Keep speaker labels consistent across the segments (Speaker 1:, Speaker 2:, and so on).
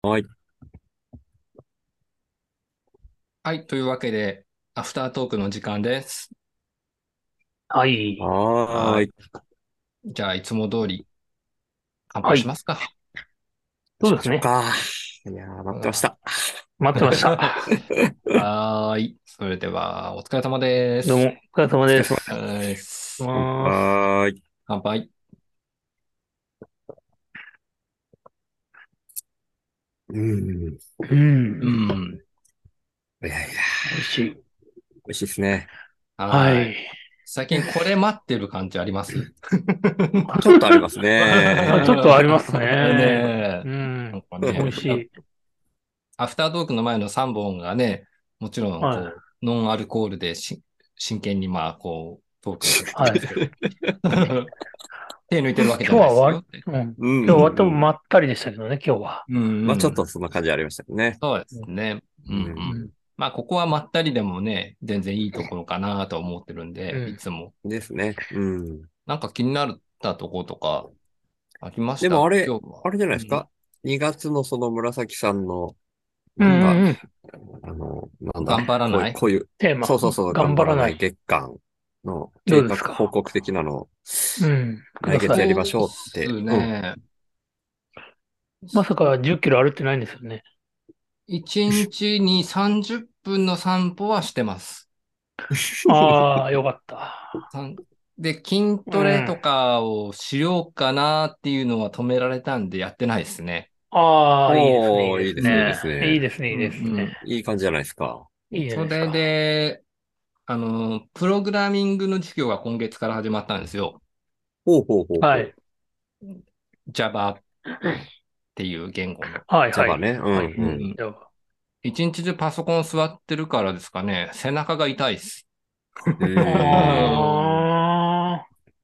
Speaker 1: はい。
Speaker 2: はい、というわけで、アフタートークの時間です。
Speaker 3: はい。
Speaker 1: は
Speaker 2: はい。
Speaker 1: ーい。
Speaker 2: じゃあ、いつも通り乾
Speaker 3: は
Speaker 2: 杯
Speaker 3: い
Speaker 2: しますか。
Speaker 3: そうで
Speaker 1: し
Speaker 3: す
Speaker 1: ましょう
Speaker 3: ね。
Speaker 1: か。いやー、待ってました。
Speaker 3: 待ってました。
Speaker 2: はーい。それでは、お疲れ様で
Speaker 3: どうも、
Speaker 2: す。
Speaker 3: お疲れ様です。
Speaker 2: はーい
Speaker 3: まあ、、
Speaker 1: はーい。
Speaker 2: 乾杯。
Speaker 1: うん。いう
Speaker 2: うんん。
Speaker 1: やいや、
Speaker 3: 美味しい。
Speaker 1: 美味しいですね。
Speaker 2: は
Speaker 3: は
Speaker 2: ーい。
Speaker 3: い。
Speaker 2: 最近これ待ってる感じあります
Speaker 1: ちょっとあります
Speaker 3: あ
Speaker 1: ね。
Speaker 3: ちょっとありますね
Speaker 2: ね
Speaker 3: う
Speaker 2: えなん
Speaker 3: ん、
Speaker 2: か
Speaker 3: 美
Speaker 2: ね
Speaker 3: 味しい。
Speaker 2: アフタートークの前の3本がね、もちろんこう、
Speaker 3: はい
Speaker 2: ノンアルコールでし真剣にまあ、こう、トークして
Speaker 3: はい
Speaker 2: るんですけど。手抜いてるわけじゃないですよ。
Speaker 3: うん、
Speaker 1: うん。
Speaker 3: 今日はでもまったりでしたけどね、今日は。
Speaker 2: うんうん
Speaker 1: まあちょっとそんな感じありましたけどね。
Speaker 2: そうですね。うんう
Speaker 1: うん
Speaker 2: まあ、ここはまったりでもね、全然いいところかなと思ってるんで、
Speaker 3: うん
Speaker 2: いつも。
Speaker 1: ですね。うん。
Speaker 2: なんか気になったとことか、ありました
Speaker 1: でもあれ
Speaker 2: 今日は
Speaker 1: あれじゃないですか ?2 月のその紫さんの、
Speaker 3: う
Speaker 1: なんか、
Speaker 3: ん、うん、
Speaker 1: あの、なんだ、
Speaker 2: 頑張らない
Speaker 1: こういう、こ
Speaker 3: テー
Speaker 1: ういう
Speaker 3: マ。
Speaker 1: そうそうそう、
Speaker 3: 頑張らない。
Speaker 1: 月間の
Speaker 3: ど
Speaker 1: 計
Speaker 3: うで
Speaker 1: 画
Speaker 3: すか
Speaker 1: 報告的なのを
Speaker 3: うん、く
Speaker 1: 来
Speaker 3: だ
Speaker 1: 月
Speaker 3: さ
Speaker 1: や
Speaker 3: い。
Speaker 1: りましょうって。
Speaker 2: そう
Speaker 1: うん
Speaker 2: ね。
Speaker 3: まさか10キロ歩いてないんですよね。
Speaker 2: 1日に30分の散歩はしてます。
Speaker 3: ああ、よかった。
Speaker 2: さんで、筋トレとかをしようかなっていうのは止められたんでやってないですね。
Speaker 3: ああ、いいですね。
Speaker 1: おーい
Speaker 3: い
Speaker 1: い
Speaker 3: いですね。いいです
Speaker 2: うんうん
Speaker 3: ね。
Speaker 1: いい感じじゃないですか。
Speaker 3: いいですね。いいじ
Speaker 2: そ
Speaker 3: ゃな
Speaker 2: れ、
Speaker 3: いですか
Speaker 2: で、あの、プログラミングの授業が今月から始まったんですよ。
Speaker 1: ほうほうほう。
Speaker 3: はい。
Speaker 2: Java っていう言語の。
Speaker 3: はい、
Speaker 1: ジャ
Speaker 3: は
Speaker 1: バ
Speaker 3: い。
Speaker 1: ね。うん、
Speaker 3: はい
Speaker 1: うん
Speaker 2: うん
Speaker 3: じゃあ
Speaker 2: 一日中パソコン座ってるからですかね、背中が痛いです。
Speaker 3: あ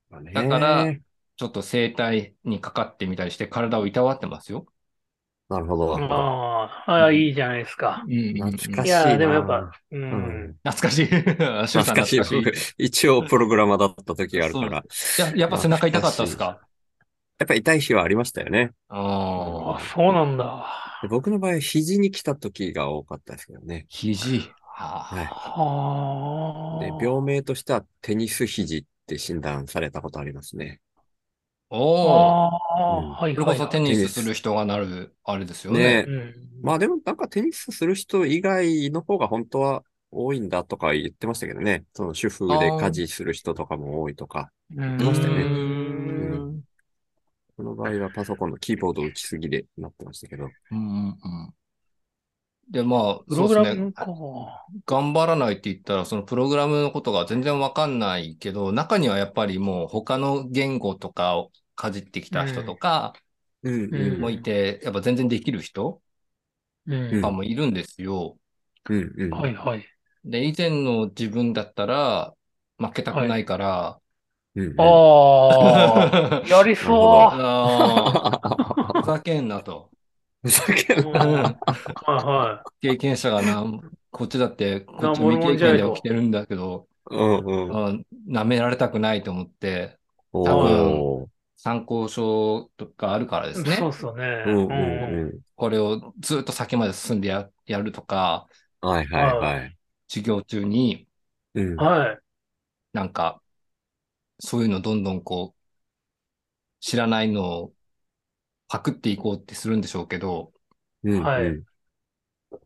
Speaker 1: うん
Speaker 2: だから
Speaker 1: ね
Speaker 2: ちょっと整体にかかってみたりして体をいたわってますよ。
Speaker 1: なるほ
Speaker 3: ー
Speaker 1: ど。懐か
Speaker 3: あー、あーいいじゃないですか。
Speaker 1: しい
Speaker 3: いやー、でも
Speaker 1: な
Speaker 3: やっぱ、う
Speaker 1: うんん。
Speaker 2: 懐かしい。シュウさん
Speaker 1: 懐かしい。僕一応プログラマーだった時があるから。
Speaker 2: いや、やっぱ背中痛かったですか
Speaker 1: やっぱ痛い日はありましたよね。
Speaker 2: あ
Speaker 3: あ
Speaker 2: あ、、
Speaker 3: そうなんだ。は
Speaker 1: で僕の場合、肘に来た時が多かったですけどね。
Speaker 2: 肘。は
Speaker 3: あ。
Speaker 1: で病名としてはテニス肘って診断されたことありますね。
Speaker 2: あ。おお。
Speaker 3: ああ、
Speaker 1: うん
Speaker 3: は
Speaker 2: それ
Speaker 3: いはい
Speaker 2: こ
Speaker 3: はい。
Speaker 2: そテニスする人がなる、あれですよね。
Speaker 1: ね
Speaker 3: うん。
Speaker 1: まあでもなんかテニスする人以外の方が本当は多いんだとか言ってましたけどね。その主婦で家事する人とかも多いとか。
Speaker 3: うん
Speaker 1: 出ましたよね
Speaker 2: うー
Speaker 3: うん
Speaker 2: ん。
Speaker 1: この場合はパソコンのキーボード打ちすぎでなってましたけど。
Speaker 2: うんうんうんで、まあ、
Speaker 3: プ
Speaker 2: そ
Speaker 3: ロ
Speaker 2: うです
Speaker 3: グ
Speaker 2: ね
Speaker 3: ラムか。
Speaker 2: 頑張らないって言ったら、そのプログラムのことが全然わかんないけど、中にはやっぱりもう他の言語とかをかじってきた人とか
Speaker 1: うん
Speaker 3: う
Speaker 1: うんん。
Speaker 2: もいて、やっぱ全然できる人
Speaker 3: う
Speaker 2: と
Speaker 3: ん。
Speaker 2: かもいるんですよ。
Speaker 1: うんうん。
Speaker 3: はいはい。
Speaker 2: で、以前の自分だったら負けたくないから、
Speaker 1: うんうん
Speaker 3: ああ、 やりそう。
Speaker 2: あーふざけんなと。
Speaker 1: ふざけんな
Speaker 3: うん
Speaker 2: うん
Speaker 3: は
Speaker 2: 経験者がなん、こっちだって、こっち
Speaker 3: なも
Speaker 2: 未
Speaker 3: ろもろ
Speaker 2: 経
Speaker 3: じゃな
Speaker 2: 験
Speaker 3: い
Speaker 2: で
Speaker 3: と
Speaker 2: 起きてるんだけど、
Speaker 1: うん
Speaker 2: う
Speaker 1: うん。
Speaker 2: ん舐められたくないと思って、
Speaker 1: おー
Speaker 2: 参考書とかあるからで
Speaker 3: いは
Speaker 2: す
Speaker 3: い。
Speaker 2: ね
Speaker 3: そう。っすよね。
Speaker 1: うんう
Speaker 3: う
Speaker 1: ん
Speaker 3: ん
Speaker 1: う
Speaker 2: これをずっと先まで進んでややるとか、
Speaker 1: ん。はいはいはい。
Speaker 2: 授業中に
Speaker 1: うん。
Speaker 3: はい。
Speaker 2: なんか、そういうのどんどんこう、知らないのをパクっていこうってするんでしょうけど、
Speaker 1: うんうん
Speaker 3: はい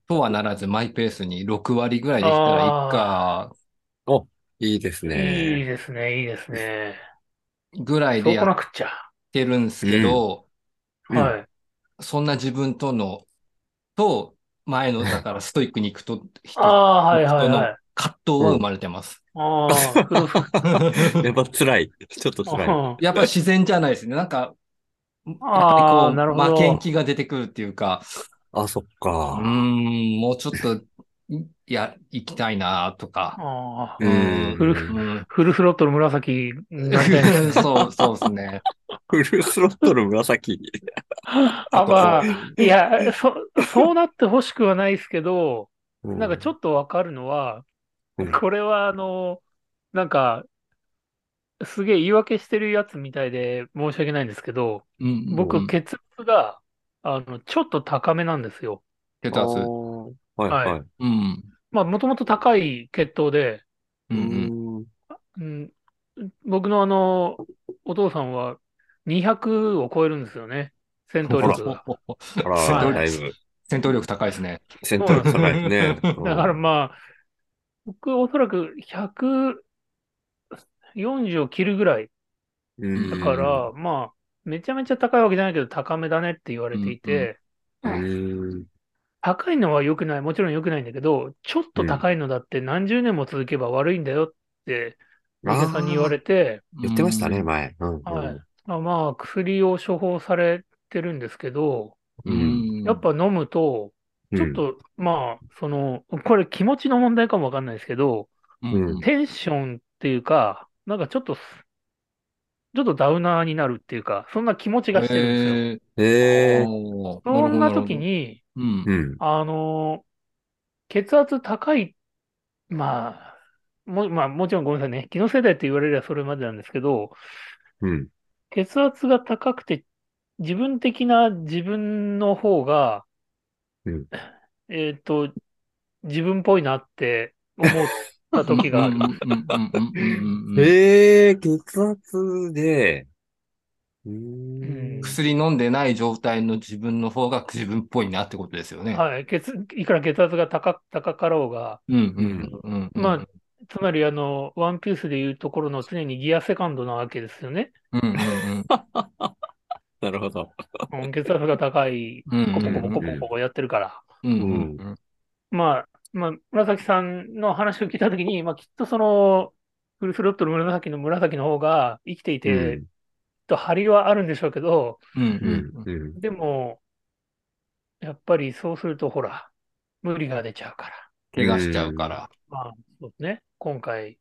Speaker 2: とはならずマイペースに6割ぐらいできたらいいか、
Speaker 1: いいです
Speaker 3: いい
Speaker 1: ね。
Speaker 3: ですね、いいですね。
Speaker 2: ぐらい
Speaker 3: そ
Speaker 2: で
Speaker 3: う
Speaker 2: や
Speaker 3: こな
Speaker 2: っ
Speaker 3: くっちゃ。
Speaker 2: てるんですけど、
Speaker 1: うん
Speaker 3: はい。
Speaker 2: そんな自分との、と、前 の、だからストイックに行くと、人、
Speaker 3: ああ、はいはいはい。
Speaker 2: 葛藤は生まれて ます。
Speaker 3: ああ、ふふ
Speaker 1: やっぱ辛い。ちょっと辛い。
Speaker 2: やっぱ自然じゃないですね。なんか、やっ
Speaker 3: あ
Speaker 2: ぱ
Speaker 3: ーな
Speaker 2: り
Speaker 3: る
Speaker 2: こう、
Speaker 3: ほど
Speaker 2: 負けん気が出てくるっていうか、
Speaker 1: あ、そっ
Speaker 2: うー
Speaker 1: か。
Speaker 2: ん、もうちょっと、いや、行きたいなとか。
Speaker 3: ああ、
Speaker 1: うん
Speaker 3: 古
Speaker 2: う
Speaker 3: く
Speaker 2: ん、
Speaker 3: フルスロットル紫になりたいです
Speaker 2: そう、そうですね。
Speaker 1: フルスロットル紫。
Speaker 3: あ、まあ、いや、そ、そうなってほしくはないですけど、
Speaker 1: な
Speaker 3: なんかちょっとわかるのは
Speaker 1: うん、
Speaker 3: これはあの、なんか、すげえ言い訳してるやつみたいで申し訳ないんですけど、
Speaker 2: うん、
Speaker 3: 僕、
Speaker 2: うん
Speaker 3: 血圧が、あの、ちょっと高めなんですよ。
Speaker 2: 血
Speaker 1: あ
Speaker 2: 圧。
Speaker 1: ーはいは。
Speaker 3: はい
Speaker 2: うん。
Speaker 3: まあ、もともと高い血糖で、
Speaker 2: うんうん。
Speaker 1: う
Speaker 3: うん、僕のあの、お父さんは200を超えるんですよね。戦闘力が。
Speaker 1: ーん。あら、
Speaker 3: はい
Speaker 1: だいぶ、
Speaker 2: 戦闘力高いですね。
Speaker 1: 戦闘力高いですね。
Speaker 2: だ
Speaker 3: だから
Speaker 1: うん
Speaker 3: まあ、僕おそらく140を切るぐらい。
Speaker 1: うん
Speaker 3: だから、まあ、めちゃめちゃ高いわけじゃないけど、高めだねって言われていて、
Speaker 1: うーん。
Speaker 3: 高いのは良くない、もちろん良くないんだけど、ちょっと高いのだって何十年も続けば悪いんだよって、お医者さんに言われて、
Speaker 1: 言ってましたね、前。うんうん
Speaker 3: はい。あまあ、薬を処方されてるんですけど、
Speaker 2: う。
Speaker 1: うんん
Speaker 3: やっぱ飲むと、ちょっと、まあ、その、これ気持ちの問題かもわかんないですけど、
Speaker 2: うん、
Speaker 1: うん
Speaker 3: テンションっていうか、なんかちょっと、ちょっとダウナーになるっていうか、そんな気持ちがしてるんですよ。
Speaker 2: え
Speaker 1: ええ
Speaker 2: ー、
Speaker 3: そんな
Speaker 2: るほど
Speaker 3: 時、に、
Speaker 2: るほどうん
Speaker 1: う、ん。
Speaker 3: あのー血圧高い、まあ、も、まあ、もちろんごめんなさいね。気のせいだって言われればそれまでなんですけど、
Speaker 1: うん。
Speaker 3: 血圧が高くて、自分的な自分の方が、
Speaker 1: うん
Speaker 3: えっと、自分っぽいなって思った時があ る
Speaker 2: う。んうんうんうんうんうんうん
Speaker 1: ええ血圧で、うーん
Speaker 3: うん
Speaker 2: 薬飲んでない状態の自分の方が自分っぽいなってことですよね。
Speaker 3: はい。血、いくら血圧が高、高かろうが、
Speaker 2: い。うんうんうんうん。
Speaker 3: まあ、つまりあの、ワンピースでいうところの常にギアセカンドなわけですよ ね。
Speaker 2: うんうんうん
Speaker 1: なるほど。
Speaker 3: うん血圧が高い、
Speaker 2: うん
Speaker 3: ポコポコポコ
Speaker 1: うんうんう
Speaker 3: ポ
Speaker 1: ん
Speaker 3: コやってるから。
Speaker 2: うんうんうん。
Speaker 3: まあ、まあ、紫さんの話を聞いたときに、まあ、きっとその、フルスロットル紫の紫の方が生きていて、きっと張りはあるんでしょうけど、
Speaker 2: うん
Speaker 1: う
Speaker 2: うんん。
Speaker 1: うんうん
Speaker 3: でも、やっぱりそうすると、ほら、無理が出ちゃうから。
Speaker 2: 怪我しちゃうから。
Speaker 3: まあ、そうですね。今回、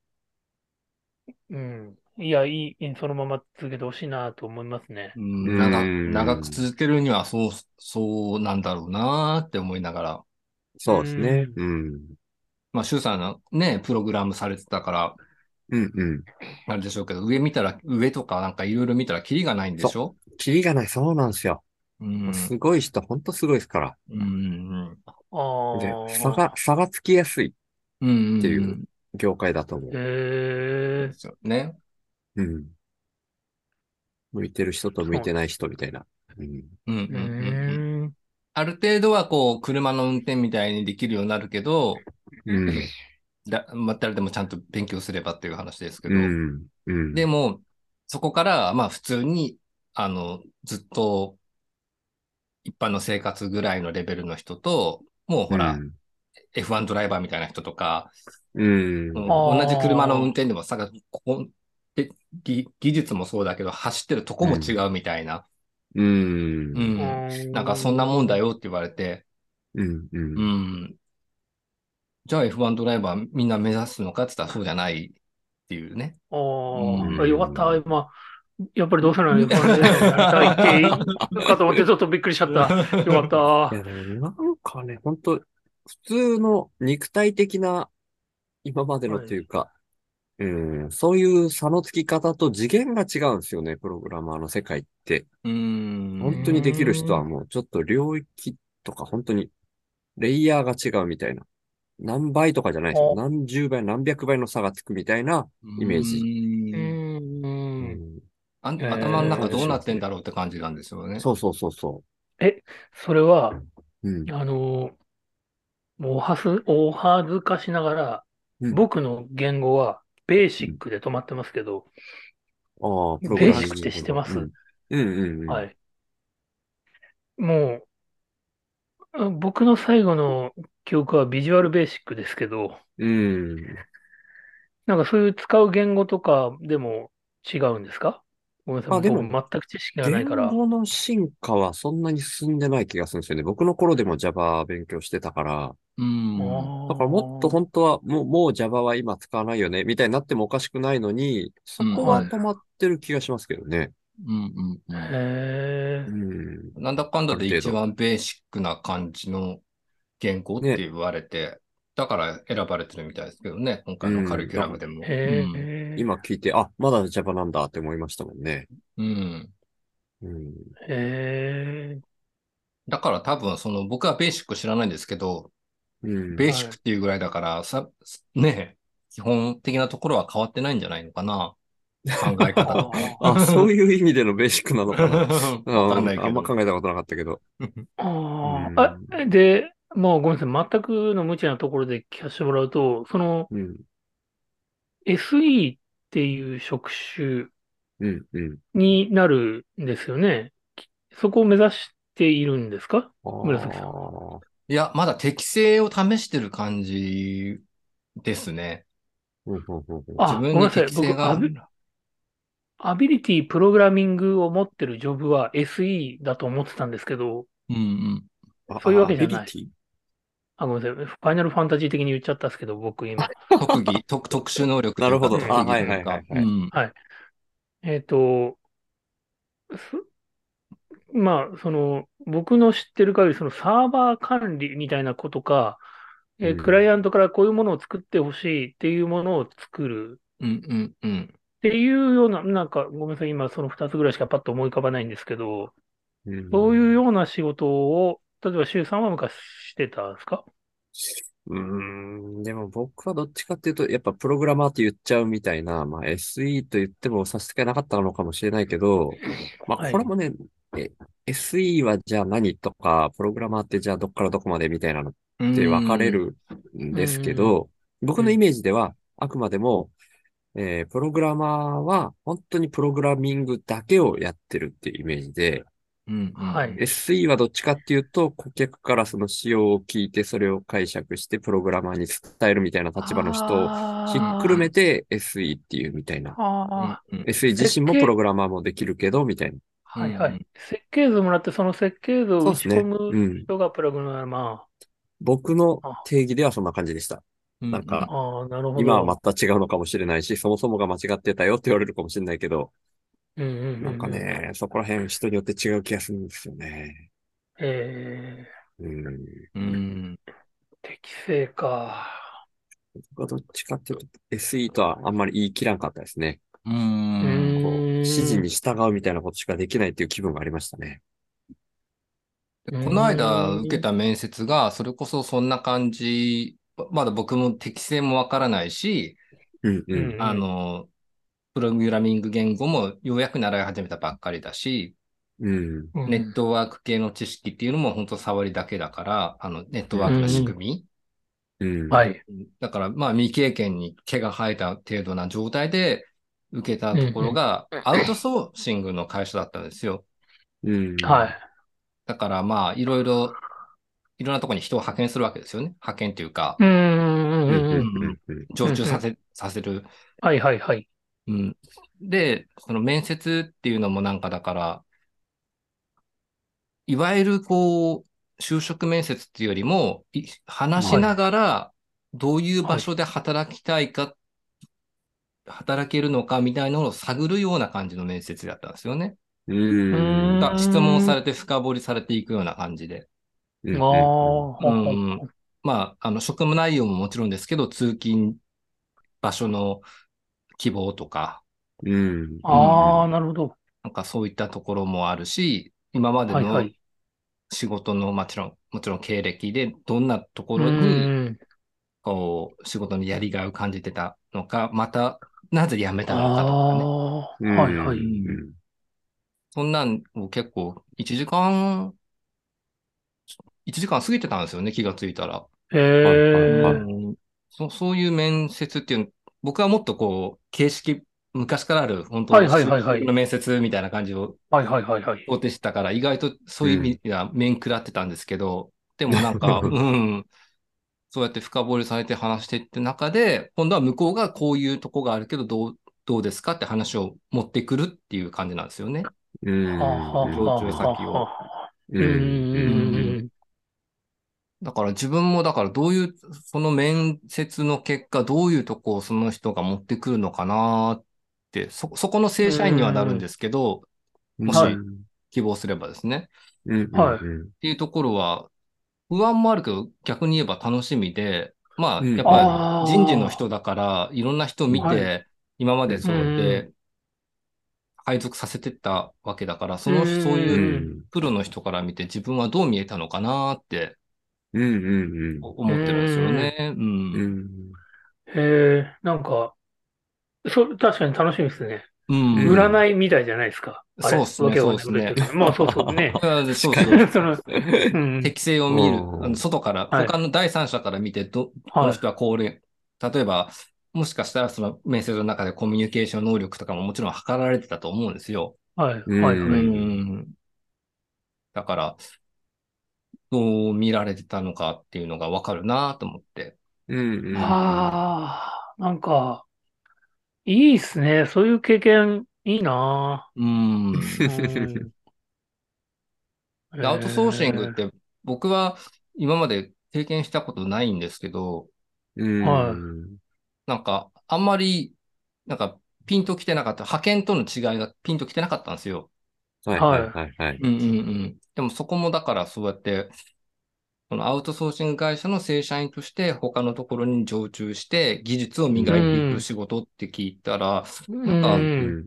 Speaker 3: うん。いや、いい、そのまま続けてほしいなと思いますね。
Speaker 2: うん長
Speaker 1: うん
Speaker 2: 長く続けるにはそう、そうなんだろうなーって思いながら。
Speaker 1: そうですね。うん。
Speaker 2: まあ、シュウさんのね、プログラムされてたから、
Speaker 1: うんうん。
Speaker 2: あれでしょうけど、上見たら、上とかなんかいろいろ見たらキリがないんでしょ
Speaker 1: キリがない、そうなんですよ。
Speaker 2: うん。
Speaker 1: すごい人、ほんとすごいですから。
Speaker 2: うんうん
Speaker 3: あ
Speaker 1: で
Speaker 3: あ。、
Speaker 1: 差が、差がつきやすい
Speaker 2: うん。うんうん。
Speaker 1: っていう業界だと思
Speaker 3: へ
Speaker 1: う。
Speaker 3: え
Speaker 2: ですよね。
Speaker 1: うん。向いてる人と向いてない人みたいな。うん。
Speaker 2: うんうん
Speaker 3: う
Speaker 2: うん
Speaker 3: ー
Speaker 2: うん。
Speaker 3: ん。
Speaker 2: ある程度はこう、車の運転みたいにできるようになるけど、
Speaker 1: うん。
Speaker 2: だ、まあ、誰でもちゃんと勉強すればっていう話ですけど、
Speaker 1: うん。うん。
Speaker 2: でも、そこから、まあ普通に、あの、ずっと、一般の生活ぐらいのレベルの人と、もうほら、F1 ドライバーみたいな人とか、
Speaker 1: うん。
Speaker 2: うん
Speaker 3: あー
Speaker 2: 同じ車の運転でもさ、ここで技技術もそうだけど、走ってるとこも違うみたいな、
Speaker 1: うん。
Speaker 2: うんなんかそんなもんだよって言われて、
Speaker 1: うん。うん
Speaker 2: う。ん。じゃあ F1 ドライバーみんな目指すのかって言ったらそうじゃないっていうね。
Speaker 3: あ
Speaker 2: うん
Speaker 3: あ、よかった。今、やっぱりどうせなら F1 でやりたいって言うかと思ってちょっとびっくりしちゃった。 よか
Speaker 1: い
Speaker 3: っ
Speaker 1: や、でもなんかね、本当普通の肉体的な、今までのっていうか、うん、そういう差のつき方と次元が違うんですよね、プログラマーの世界って。
Speaker 2: うん。
Speaker 1: 本当にできる人はもうちょっと領域とか本当にレイヤーが違うみたいな。何倍とかじゃないですよ。
Speaker 3: お
Speaker 1: 何十倍、何百倍の差がつくみたいな。イメージ
Speaker 3: た。。
Speaker 2: うん
Speaker 1: うんん
Speaker 2: あん
Speaker 3: えー
Speaker 2: 頭の中どうなってんだろうって感じなんですよね。
Speaker 1: そうそうそうそ
Speaker 3: それは、
Speaker 1: う。うん。
Speaker 3: あの、もうおはす、お恥ずかしながら、
Speaker 1: うん
Speaker 3: 僕の言語はベーシックで止まってますけど、
Speaker 1: ああ、プログ
Speaker 3: ベ
Speaker 1: ラ
Speaker 3: ー
Speaker 1: ミン
Speaker 3: シ
Speaker 1: グ
Speaker 3: ックって知ってます
Speaker 1: うんうんうんうん。
Speaker 3: はい。もう、うん僕の最後の記憶はビジュアルベーシックですけど、
Speaker 1: うん。
Speaker 3: なんかそういう使う言語とかでも違うんですかごめんなさい。
Speaker 1: あでも
Speaker 3: 僕全く知識がないから。
Speaker 1: 言語の進化はそんなに進んでない気がするんですよね。僕の頃でも Java 勉強してたから、
Speaker 2: うん。
Speaker 1: だからもっと
Speaker 3: あー
Speaker 1: 本当はもう、もう Java は今使わないよね、みたいになってもおかしくないのに、そこは止まってる気がしますけどね。
Speaker 2: うんうんう
Speaker 3: へ
Speaker 1: う
Speaker 3: ー
Speaker 1: ん。
Speaker 2: ん。なんだかんだで
Speaker 1: ある程
Speaker 2: 一
Speaker 1: 度
Speaker 2: 番ベーシックな感じの言語って言われて、だから選ばれてるみたいですけどね、今回のカリキュラムでも。
Speaker 3: へ
Speaker 2: うん
Speaker 3: ー
Speaker 1: 今聞いて、あ、まだ Java なんだって思いましたもんね。
Speaker 2: うん。
Speaker 1: うん。
Speaker 3: へー
Speaker 2: だから多分、その、僕はベーシック知らないんですけど、
Speaker 1: うん。
Speaker 2: ベーシックっていうぐらいだから、さ、ねえ、基本的なところは変わってないんじゃないのかな考え方 とか。
Speaker 1: あ、そういう意味でのベーシックなのかな。
Speaker 2: わかん
Speaker 1: あ
Speaker 2: ないけど
Speaker 1: あんま考えたことなかったけど。
Speaker 3: あ
Speaker 1: うん
Speaker 3: あ、あで、もうごめんなさい、全くの無知なところで聞かせてもらうと、その
Speaker 1: うん。
Speaker 3: SE っていう職種
Speaker 1: うん。うん。
Speaker 3: になるんですよね。きそこを目指しているんですか
Speaker 1: あー
Speaker 3: 紫さん
Speaker 2: いや、まだ適性を試してる感じですね。
Speaker 1: うんうんうんうん
Speaker 3: あ
Speaker 2: 自分
Speaker 3: ごめん
Speaker 2: に
Speaker 3: なさい
Speaker 2: 適性が
Speaker 3: 僕アビアビリティプログラミングを持ってるジョブは SE だと思ってたんですけど、
Speaker 2: うんうん。
Speaker 1: あ
Speaker 3: そういうわけじゃない
Speaker 1: アビリテ
Speaker 3: あ、ごめんなさい。ファイナルファンタジー的に言っちゃったんですけど、僕今。
Speaker 2: 特 技、特特殊能力というか
Speaker 1: なるほど
Speaker 2: 特技という
Speaker 1: あはいはいはい
Speaker 2: か。
Speaker 1: はい
Speaker 2: うん
Speaker 3: えっと、すまあ、その、僕の知ってる限り、そのサーバー管理みたいなことか、えー
Speaker 1: うん
Speaker 3: クライアントからこういうものを作ってほしいっていうものを作る
Speaker 2: うんうんうん。
Speaker 3: っていうような、なんか、ごめんなさい、今その2つぐらいしかパッと思い浮かばないんですけど、
Speaker 1: ィん
Speaker 3: そういうような仕事を、例えば、周さんは昔してたんですか
Speaker 1: うーん、でも僕はどっちかっていうと、やっぱプログラマーって言っちゃうみたいな、まあ SE と言っても差し支えなかったのかもしれないけど、まあ
Speaker 3: はい
Speaker 1: これもね、え SE はじゃあ何とか、プログラマーってじゃあどっからどこまでみたいなのって分かれるんですけど、僕のイメージでは、あくまでも、えープログラマーは本当にプログラミングだけをやってるっていうイメージで、
Speaker 2: うんうん。
Speaker 3: はい
Speaker 1: SE はどっちかっていうと、顧客からその仕様を聞いて、それを解釈して、プログラマーに伝えるみたいな立場の人をひっくるめて SE っていうみたいな。
Speaker 3: あ
Speaker 2: うんうん
Speaker 1: SE 自身もプログラマーもできるけど、みたいな。
Speaker 3: ーはいはい。設計図もらって、その設計図
Speaker 1: そ
Speaker 3: を
Speaker 1: う
Speaker 3: 打
Speaker 1: で
Speaker 3: ち
Speaker 1: すね。
Speaker 3: 込
Speaker 1: う
Speaker 3: む
Speaker 1: ん。
Speaker 3: 人がプログラマ
Speaker 1: 僕の定義ではそんな感じでした。
Speaker 2: うん
Speaker 1: なん
Speaker 3: ー。
Speaker 1: か
Speaker 3: ああ、なるほ
Speaker 1: 今
Speaker 3: ど。
Speaker 1: は全く違うのかもしれないし、そもそもが間違ってたよって言われるかもしれないけど、
Speaker 3: うんうんうん
Speaker 1: なんかね、そこら辺人によって違う気がするんですよね。
Speaker 3: えー
Speaker 1: うん。
Speaker 2: うん。
Speaker 3: 適正か。
Speaker 1: 僕はどっちかっていうと SE とはあんまり言い切らんかったですね。
Speaker 2: う。
Speaker 3: うん
Speaker 1: こう、
Speaker 3: ーん
Speaker 1: 指示に従うみたいなことしかできないっていう気分がありましたね。
Speaker 3: うん
Speaker 2: この間受けた面接が、それこそそんな感じ、まだ僕も適性もわからないし、
Speaker 1: うんうん。
Speaker 3: ん
Speaker 2: あの、プログラミング言語もようやく習い始めたばっかりだし、
Speaker 1: うん。
Speaker 3: うん
Speaker 2: ネットワーク系の知識っていうのも本当触りだけだから、あの、ネットワークの仕組
Speaker 1: うん。。
Speaker 3: はいい。
Speaker 2: み。だから、まあ未経験に毛が生えた程度な状態で受けたところが、アウトソーシングの会社だったんですよ。
Speaker 1: うん。
Speaker 3: はい。
Speaker 2: だからまあ、いろいろ、いろんなところに人を派遣するわけですよね。派遣というか
Speaker 3: う、ーん
Speaker 1: うん
Speaker 3: う
Speaker 1: うん
Speaker 3: うん。
Speaker 1: んうん。
Speaker 2: 常駐させ、させる。
Speaker 3: はいはいはい。
Speaker 2: うん。で、その面接っていうのもなんかだから、いわゆるこう、就職面接っていうよりも、い話しながら、どういう場所で働きたいか、働けるのかみたいなのを探るような感じの面接だったんですよね。
Speaker 1: うん。
Speaker 2: が質問されて深掘りされていくような感じで。
Speaker 1: う
Speaker 3: あ
Speaker 1: ん
Speaker 3: あ、
Speaker 2: うんまあ、あの、職務内容ももちろんですけど、通勤場所の希望とか、
Speaker 1: うん。
Speaker 3: ああ、なるほど。
Speaker 2: なんかそういったところもあるし、今まで
Speaker 3: はいは
Speaker 2: の
Speaker 3: い。
Speaker 2: 仕事のもちろん、もちろん経歴でどんなとこ
Speaker 3: う
Speaker 2: ろに、
Speaker 3: ん
Speaker 2: こう、仕事のやりがいを感じてたのか、また、なぜ辞めたのかとかね。
Speaker 3: ああ、
Speaker 1: うん
Speaker 3: はいはい。
Speaker 1: うん
Speaker 2: そんなんを結構、1時間、1時間過ぎてたんですよね、気がついたら。
Speaker 3: へ
Speaker 1: うん
Speaker 3: え
Speaker 1: は
Speaker 2: う
Speaker 1: い。
Speaker 2: んそそういう面接っていう、僕はもっとこう、形式、昔からある、本当
Speaker 3: はいはいはいは
Speaker 2: 就
Speaker 3: い
Speaker 2: 職の面接みたいな感じを
Speaker 3: はいはいはいはい。
Speaker 2: 想定してたから、意外とそういう意味では面食らってたんですけど、でもなんか、うん、そうやって深掘りされて話していって中で、今度は向こうがこういうとこがあるけど、どう、どうですかって話を持ってくるっていう感じなんですよね。
Speaker 1: うん。
Speaker 3: はあはあ
Speaker 2: 上中先を
Speaker 3: はあはあう
Speaker 1: う
Speaker 3: ん
Speaker 1: ん
Speaker 3: う
Speaker 1: うん
Speaker 3: ん
Speaker 2: だから自分もだからどういう、その面接の結果、どういうとこをその人が持ってくるのかなって、そ、そこの正社員にはなるんですけど、
Speaker 1: うん。
Speaker 2: もし希望すればですね。
Speaker 1: うん。
Speaker 3: はい
Speaker 2: っていうところは、不安もあるけど、逆に言えば楽しみで、まあ、
Speaker 1: うん
Speaker 2: やっぱ
Speaker 3: あー
Speaker 2: り人事の人だから、いろんな人を見
Speaker 3: は
Speaker 2: て、今までそうやっ
Speaker 3: う
Speaker 2: て、配属させてったわけだから、その、
Speaker 3: うん
Speaker 2: そう
Speaker 1: う。
Speaker 2: いうんプロの人から見て自分はどう見えたのかなって
Speaker 1: うんうん
Speaker 2: 思ってるんですよね。う。
Speaker 1: うん。うんん。
Speaker 3: へえ、なんか、そ、確かに楽しみですね。
Speaker 2: うん。
Speaker 1: うん裏
Speaker 3: 占いみたいじゃないですか。あれ
Speaker 2: そうっすね。
Speaker 3: わけわかんないこと言ってるけどまあそうそうね
Speaker 2: うんそう
Speaker 1: 確
Speaker 2: そ
Speaker 1: か
Speaker 2: う。
Speaker 3: その、うん。
Speaker 2: 適性を見る
Speaker 1: う。ん
Speaker 2: あの外から、
Speaker 3: はい
Speaker 2: 他の第三者から見て、ど、こ
Speaker 3: は
Speaker 2: の
Speaker 3: い。
Speaker 2: 人はこうで、例えば、もしかしたらその面接の中でコミュニケーション能力とかももちろん測られてたと思うんですよ。
Speaker 3: はい。
Speaker 1: うん
Speaker 3: はいうはい。
Speaker 2: ん。だから、どう見られてたのかっていうのがわかるなと思って。
Speaker 1: うんうん。
Speaker 3: ああ、なんか、いいっすね。そういう経験、いいな
Speaker 2: うん。
Speaker 3: ぁ。うん
Speaker 2: でアウトソーシングっ。て僕は今まで経験したことないんですけど、
Speaker 1: うん。
Speaker 3: はい
Speaker 2: なんかあんまり、なんかピンときてなかった、派遣との違いがピンときてなかったんですよ。
Speaker 1: はいはいはいはい。
Speaker 2: うんうんうん。でもそこもだからそうやって、そのアウトソーシング会社の正社員として他のところに常駐して技術を磨いていく仕事って聞いたら、
Speaker 3: うん
Speaker 2: なんか
Speaker 3: うん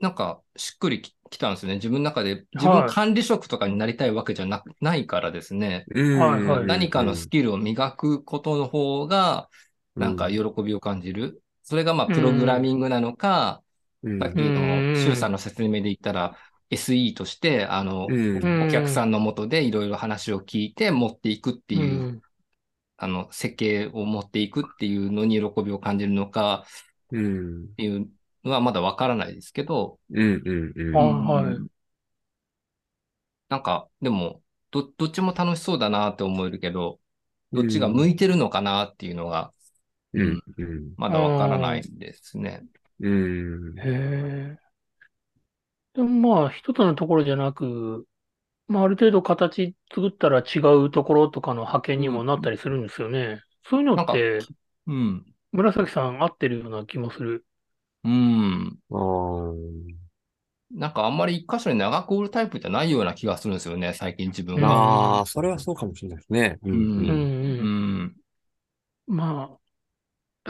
Speaker 2: なんかしっくりききたんですよね。自分の中で自分
Speaker 3: はい
Speaker 2: 管理職とかになりたいわけじゃなないからですね。
Speaker 1: うん
Speaker 3: はいはい
Speaker 2: 何かのスキルを磨くことの方が、なんか喜びを感じる。それがまあ、
Speaker 3: うん
Speaker 2: プログラミングなのか、
Speaker 1: うん
Speaker 2: さっきの、
Speaker 3: うん
Speaker 2: シュウさんの説明で言ったら、SE として、あの、
Speaker 1: うん
Speaker 3: うん
Speaker 2: お客さんのもとでいろいろ話を聞いて持っていくっていう、
Speaker 3: うん
Speaker 2: あの、設計を持っていくっていうのに喜びを感じるのか
Speaker 1: うん
Speaker 2: っていうのはまだわからないですけど、
Speaker 1: うんうんうん。
Speaker 3: あはい
Speaker 2: なんか、でも、ど、どっちも楽しそうだなって思えるけど、どっちが向いてるのかなっていうのが、
Speaker 1: うんうん
Speaker 2: まだわからないですね。
Speaker 1: うん。
Speaker 3: へえ。でもまあ、一つのところじゃなく、まあ、ある程度形作ったら違うところとかの派遣にもなったりするんですよね。そういうの
Speaker 2: なん
Speaker 3: っ
Speaker 2: か
Speaker 3: て、
Speaker 2: うん。
Speaker 3: 紫さん合ってるような気もする。
Speaker 2: うん。
Speaker 1: ああ。
Speaker 2: なんかあんまり一箇所に長くおるタイプじゃないような気がするんですよね、最近自分が。
Speaker 1: ああ、それはそうかもしれないですね。う
Speaker 2: うん
Speaker 3: うん
Speaker 1: ん
Speaker 2: う
Speaker 3: うん。
Speaker 2: ん。
Speaker 3: まあ、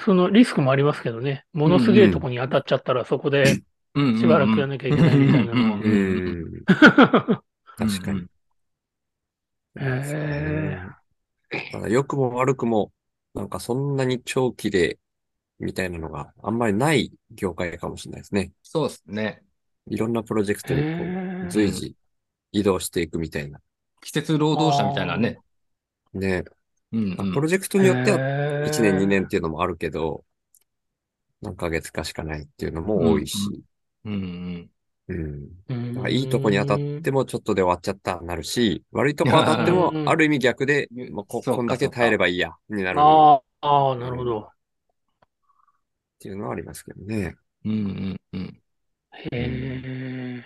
Speaker 3: そのリスクもありますけどね。ものすげえとこに当たっちゃったらそこで
Speaker 2: うん
Speaker 3: しばらくやん
Speaker 2: な
Speaker 3: なきゃいけないみたいなの
Speaker 2: う
Speaker 1: うんん。
Speaker 3: は。
Speaker 1: うん。確かに。
Speaker 3: へ
Speaker 1: ただ良くも悪くも、なんかそんなに長期で、みたいなのがあんまりない業界かもしれないですね。
Speaker 2: そうですね。
Speaker 1: いろんなプロジェク
Speaker 3: え。
Speaker 1: トにこ
Speaker 3: へ
Speaker 1: う
Speaker 3: え。
Speaker 1: 随時移動していくみたいな。
Speaker 2: 季節労働者みたいなね。
Speaker 1: ね、
Speaker 2: うん
Speaker 1: ま
Speaker 2: う
Speaker 1: あ
Speaker 2: ん、
Speaker 1: プロジェクトによっては
Speaker 3: へえ
Speaker 1: 1年2年っていうのもあるけど、何ヶ月かしかないっていうのも多いし、
Speaker 2: うんうん。
Speaker 1: うん。なんかいいとこに当たってもちょっとで終わっちゃった、なるし、悪いとこ当たっても
Speaker 3: うん
Speaker 1: ある意味逆で、まあ、こ、
Speaker 2: そうか
Speaker 1: こんだけ耐えればいいや、になるっ
Speaker 3: ああ、ああ、なるほど。
Speaker 1: ていうのはありますけどね。
Speaker 2: うんうんうん。
Speaker 3: へえ。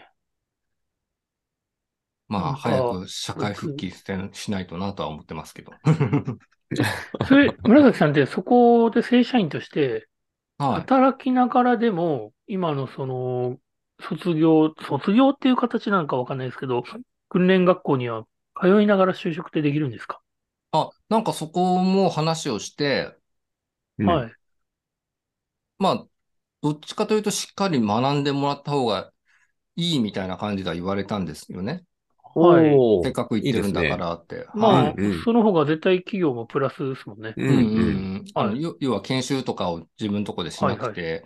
Speaker 2: ま
Speaker 3: な
Speaker 2: あ、
Speaker 3: んか
Speaker 2: 早く社会復帰せんしないとなとは思ってます けど。
Speaker 3: それ、紫さんってそこで正社員として、
Speaker 2: はい。
Speaker 3: 働きながらでも、今のその、卒業、卒業っていう形なのかわかんないですけど、訓練学校には通いながら就職ってできるんですか
Speaker 2: あ、なんかそこも話をして、
Speaker 1: うん
Speaker 3: はい。
Speaker 2: まあ、どっちかというとしっかり学んでもらった方がいいみたいな感じでは言われたんですよね。
Speaker 3: はい
Speaker 1: おー
Speaker 2: せっかく行ってるんだからって。
Speaker 3: まあ
Speaker 1: うんうん、
Speaker 3: その方が絶対企業もプラスですもんね。
Speaker 2: う
Speaker 1: う
Speaker 2: んんうん
Speaker 1: う。
Speaker 2: うんんあのよ要は研修とかを自分のとこでしなくて、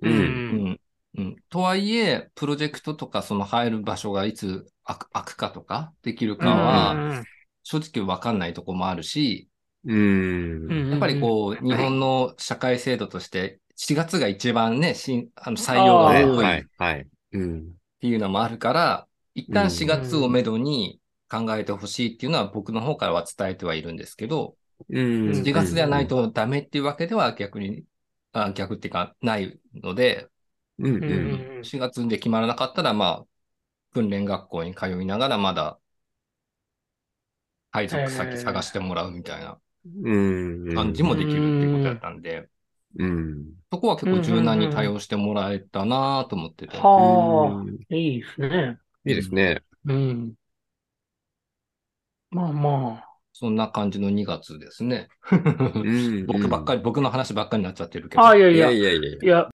Speaker 1: う。
Speaker 3: うん。
Speaker 2: うんんうんとはいえ、プロジェクトとかその入る場所がいつ開く開くかとかできるか
Speaker 1: う
Speaker 2: は、正直わかんないとこもあるし、
Speaker 1: うん。
Speaker 3: うん
Speaker 2: やっぱりこう、日本の社会制度として、4月が一番ね、新あの採用が
Speaker 1: ね
Speaker 2: 多い
Speaker 1: は
Speaker 2: っ
Speaker 1: い、はい。うん。
Speaker 2: ていうのもあるから、一旦
Speaker 1: うん
Speaker 2: 4月をめどに考えてほしいっていうのは僕の方からは伝えてはいるんですけど、
Speaker 1: うん。
Speaker 2: 4月ではない
Speaker 1: と。
Speaker 2: とダメっていうわけでは逆に、あ逆っていうかないので、
Speaker 1: うん
Speaker 3: う
Speaker 1: うん。
Speaker 3: うんん
Speaker 2: 4月で決まらなかったら、まあ、訓練学校に通いながらまだ配属
Speaker 3: へ
Speaker 2: 先
Speaker 3: ー
Speaker 2: 探してもらうみたいな
Speaker 1: うん。
Speaker 2: 感じもできるっていうことだったんで、
Speaker 1: うん。
Speaker 2: そこは結構柔軟に対応してもらえたなと思ってて。
Speaker 3: は
Speaker 1: うん
Speaker 3: あ、いいですね。
Speaker 1: いいですね。
Speaker 3: うん。まあま
Speaker 2: そんな感じの2月ですね。
Speaker 1: うん。
Speaker 2: 僕ばっか
Speaker 1: り。
Speaker 2: り、僕の話ばっかりになっちゃってるけど。
Speaker 3: あ。ああ、いやい
Speaker 1: い
Speaker 3: や、
Speaker 1: や
Speaker 3: い
Speaker 1: いやいやいや。
Speaker 3: や、